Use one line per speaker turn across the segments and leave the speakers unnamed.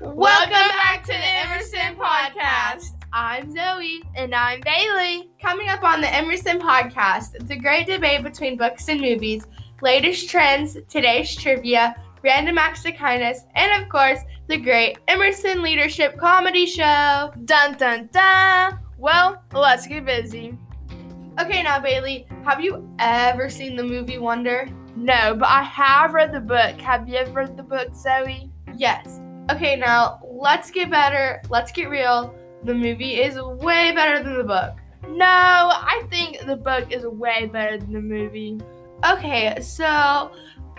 Welcome back to the Emerson Podcast. I'm Zoe.
And I'm Bailey.
Coming up on the Emerson Podcast, it's a great debate between books and movies, latest trends, today's trivia, random acts of kindness, and of course, the great Emerson Leadership Comedy Show.
Dun dun dun. Well, let's get busy.
Okay, now, Bailey, have you ever seen the movie Wonder?
No, but I have read the book. Have you ever read the book, Zoe?
Yes. Okay, now, let's get better. Let's get real. The movie is way better than the book.
No, I think the book is way better than the movie.
Okay, so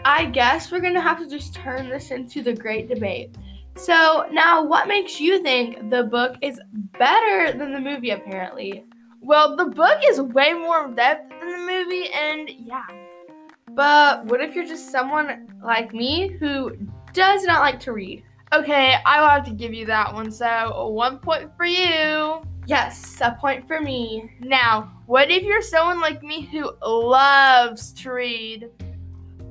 I guess we're gonna have to just turn this into the great debate. So, now, what makes you think the book is better than the movie, apparently?
Well, the book is way more in depth than the movie, and yeah.
But what if you're just someone like me who does not like to read?
Okay, I will have to give you that one. So, one point for you.
Yes, a point for me.
Now, what if you're someone like me who loves to read?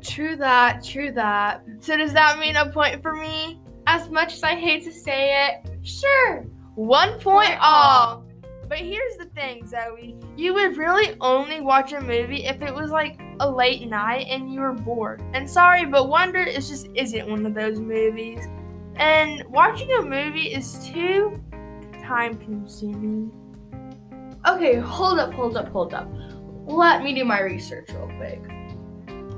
True that, true that.
So, does that mean a point for me?
As much as I hate to say it, sure.
One point all. But here's the thing, Zoe. You would really only watch a movie if it was like a late night and you were bored. And sorry, but Wonder is just isn't one of those movies. And watching a movie is too time consuming.
Okay, hold up, hold up, hold up. Let me do my research real quick.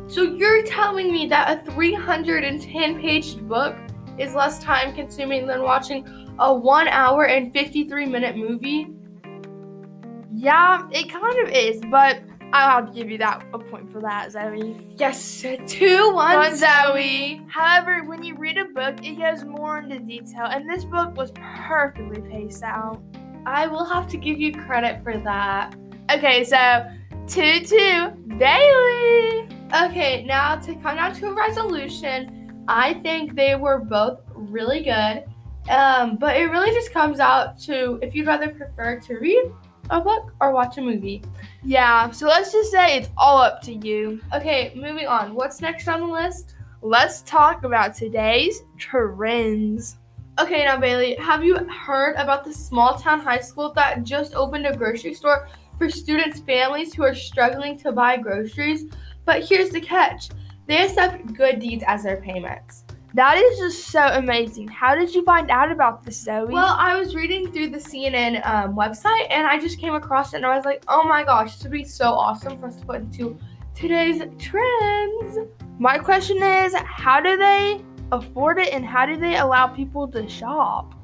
So you're telling me that a 310 page book is less time consuming than watching a 1 hour and 53 minute movie?
Yeah, it kind of is, but I'll have to give you that a point for that, Zoe.
Yes, two one,
One Zoe. However, when you read a book, it goes more into detail, and this book was perfectly paced out.
I will have to give you credit for that.
Okay, so two two daily.
Okay, now to come down to a resolution, I think they were both really good. Um, but it really just comes out to if you'd rather prefer to read a book or watch a movie.
Yeah, so let's just say it's all up to you.
Okay, moving on. What's next on the list?
Let's talk about today's trends.
Okay, now Bailey, have you heard about the small town high school that just opened a grocery store for students' families who are struggling to buy groceries? But here's the catch they accept good deeds as their payments.
That is just so amazing. How did you find out about this, Zoe?
Well, I was reading through the CNN um, website and I just came across it and I was like, oh my gosh, this would be so awesome for us to put into today's trends.
my question is how do they afford it and how do they allow people to shop?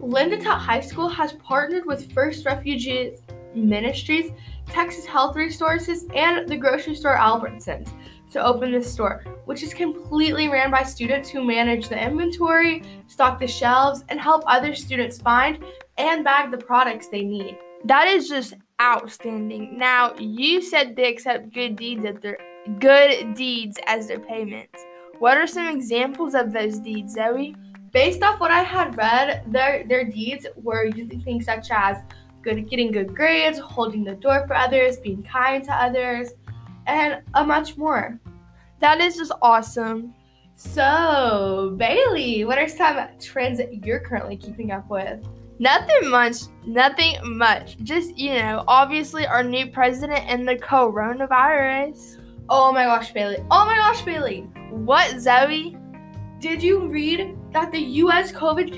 Lindentot High School has partnered with First Refugees Ministries, Texas Health Resources, and the grocery store Albertsons to open this store, which is completely ran by students who manage the inventory, stock the shelves, and help other students find and bag the products they need.
That is just outstanding. Now, you said they accept good deeds as their good deeds as their payments. What are some examples of those deeds, Zoe?
Based off what I had read, their their deeds were using things such as good getting good grades, holding the door for others, being kind to others, and a much more.
That is just awesome.
So, Bailey, what are some trends that you're currently keeping up with?
Nothing much, nothing much. Just, you know, obviously our new president and the coronavirus.
Oh my gosh, Bailey. Oh my gosh, Bailey.
What, Zoe?
Did you read that the US COVID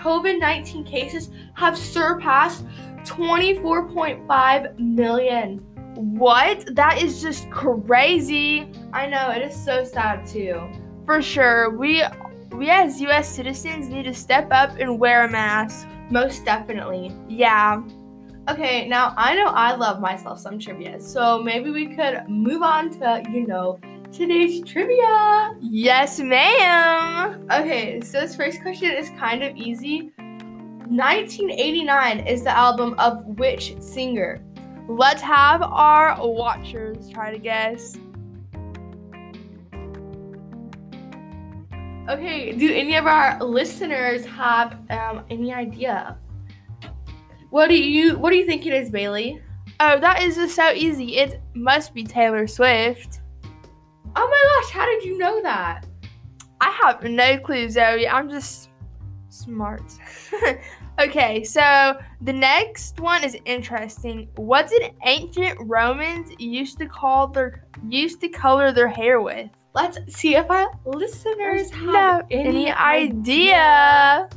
COVID 19 cases have surpassed 24.5 million?
What? That is just crazy.
I know, it is so sad too.
For sure, we we as US citizens need to step up and wear a mask.
Most definitely.
Yeah.
Okay, now I know I love myself some trivia, so maybe we could move on to, you know, today's trivia.
Yes, ma'am.
Okay, so this first question is kind of easy. 1989 is the album of which singer?
Let's have our watchers try to guess.
Okay, do any of our listeners have um, any idea? What do you What do you think it is, Bailey?
Oh, that is just so easy. It must be Taylor Swift.
Oh my gosh, how did you know that?
I have no clue, Zoe. I'm just Smart. okay, so the next one is interesting. What did ancient Romans used to call their used to color their hair with?
Let's see if our listeners have
No,
any,
any
idea.
idea?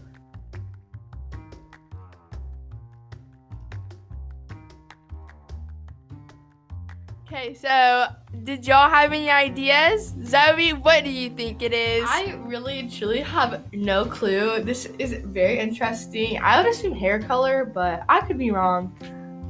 Okay, so did y'all have any ideas? Zoe, what do you think it is?
I really truly have no clue. This is very interesting. I would assume hair color, but I could be wrong.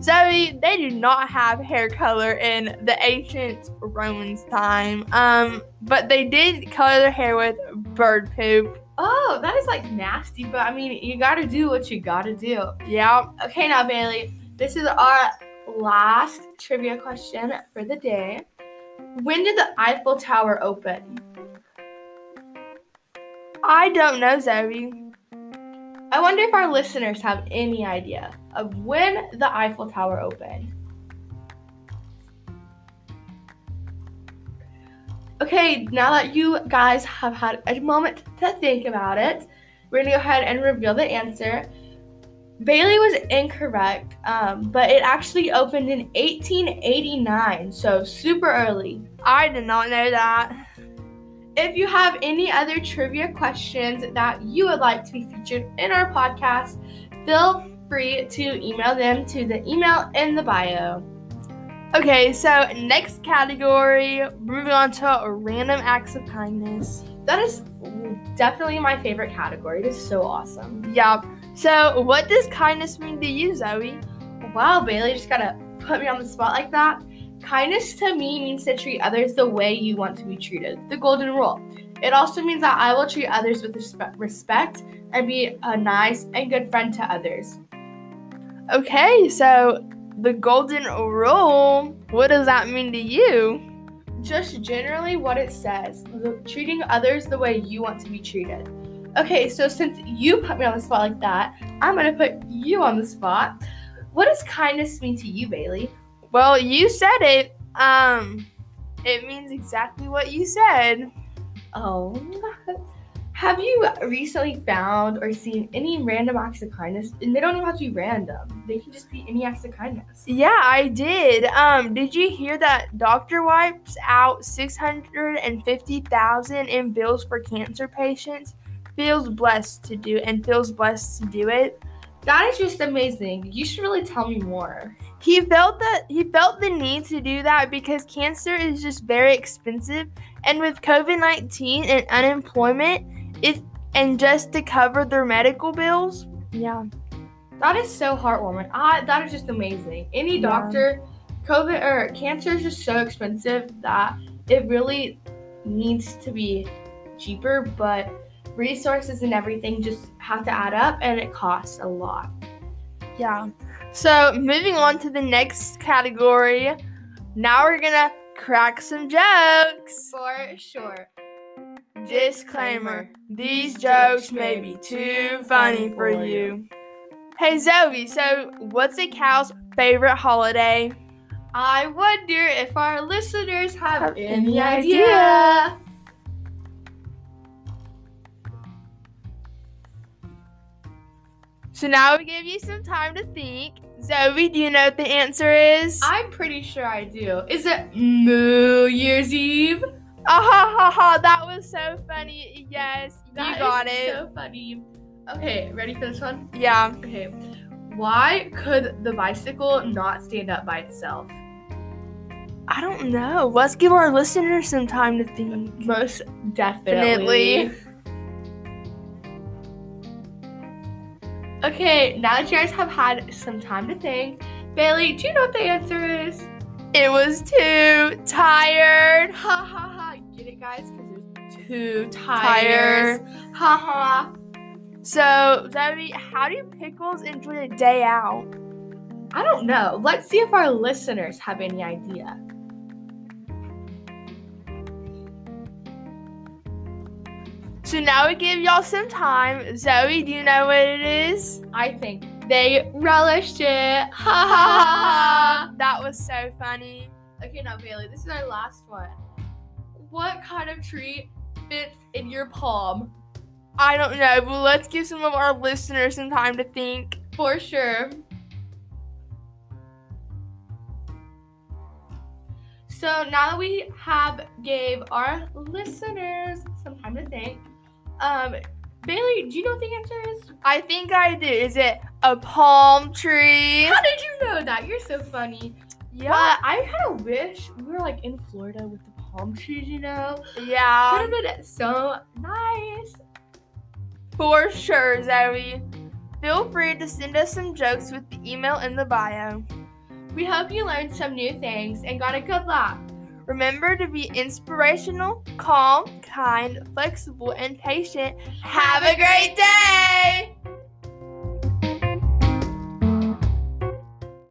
Zoe, they do not have hair color in the ancient Romans time. Um, but they did color their hair with bird poop.
Oh, that is like nasty, but I mean, you gotta do what you gotta do.
Yeah.
Okay, now Bailey, this is our last trivia question for the day. When did the Eiffel Tower open?
I don't know, Zoe.
I wonder if our listeners have any idea of when the Eiffel Tower opened. Okay, now that you guys have had a moment to think about it, we're gonna go ahead and reveal the answer. Bailey was incorrect, um, but it actually opened in 1889, so super early.
I did not know that.
If you have any other trivia questions that you would like to be featured in our podcast, feel free to email them to the email in the bio.
Okay, so next category, moving on to random acts of kindness.
That is definitely my favorite category. It is so awesome.
Yup. So, what does kindness mean to you, Zoe?
Wow, Bailey just gotta put me on the spot like that. Kindness to me means to treat others the way you want to be treated, the golden rule. It also means that I will treat others with respe- respect and be a nice and good friend to others.
Okay, so the golden rule, what does that mean to you?
just generally what it says the, treating others the way you want to be treated okay so since you put me on the spot like that i'm gonna put you on the spot what does kindness mean to you bailey
Well, you said it. Um, it means exactly what you said.
oh have you recently found or seen any random acts of kindness and they don't even have to be random they can just be any acts of kindness
Yeah, I did. Um, did you hear that Dr. wipes out 650,000 in bills for cancer patients? Feels blessed to do and feels blessed to do it.
that is just amazing you should really tell me more
He felt that he felt the need to do that because cancer is just very expensive and with COVID-19 and unemployment, it and just to cover their medical bills. Yeah.
That is so heartwarming. I that is just amazing. Any
Yeah.
doctor, COVID or cancer is just so expensive that it really needs to be cheaper, but resources and everything just have to add up and it costs a lot.
Yeah. So moving on to the next category. Now we're gonna crack some jokes.
For sure.
Disclaimer: These jokes may be too funny for you. Hey Zoe, so what's a cow's favorite holiday?
I wonder if our listeners have,
Have
any,
any
idea.
idea? So now we give you some time to think. Zoe, do you know what the answer is?
I'm pretty sure I do. Is it New Year's Eve?
Ah ha ha ha! That was so funny. Yes,
That
you
is
got it.
So funny. Okay, ready for this one?
yeah.
Okay. Why could the bicycle not stand up by itself?
I don't know. Let's give our listeners some time to think.
Most
Definitely.
definitely. Okay, now that you guys have had some time to think, Bailey, do you know what the answer is?
It was too tired.
Ha ha ha. Get it, guys? Because there's two tires. Ha ha.
So, Zoe, how do pickles enjoy a day out?
I don't know. Let's see if our listeners have any idea.
So now we give y'all some time. Zoe, do you know what it is?
I think they relished it. Ha ha ha.
that was so funny.
Okay, now Bailey, this is our last one. What kind of tree fits in your palm?
I don't know, but let's give some of our listeners some time to think.
For sure. So now that we have gave our listeners some time to think, um, Bailey, do you know what the answer is?
I think I do. Is it a palm tree?
How did you know that? You're so funny.
Yeah,
Uh, I kind of wish we were like in Florida with the palm trees, you know? Could
yeah,
have been so nice.
for sure, Zoe. Feel free to send us some jokes with the email in the bio.
We hope you learned some new things and got a good laugh.
Remember to be inspirational, calm, kind, flexible, and patient. Have a great day!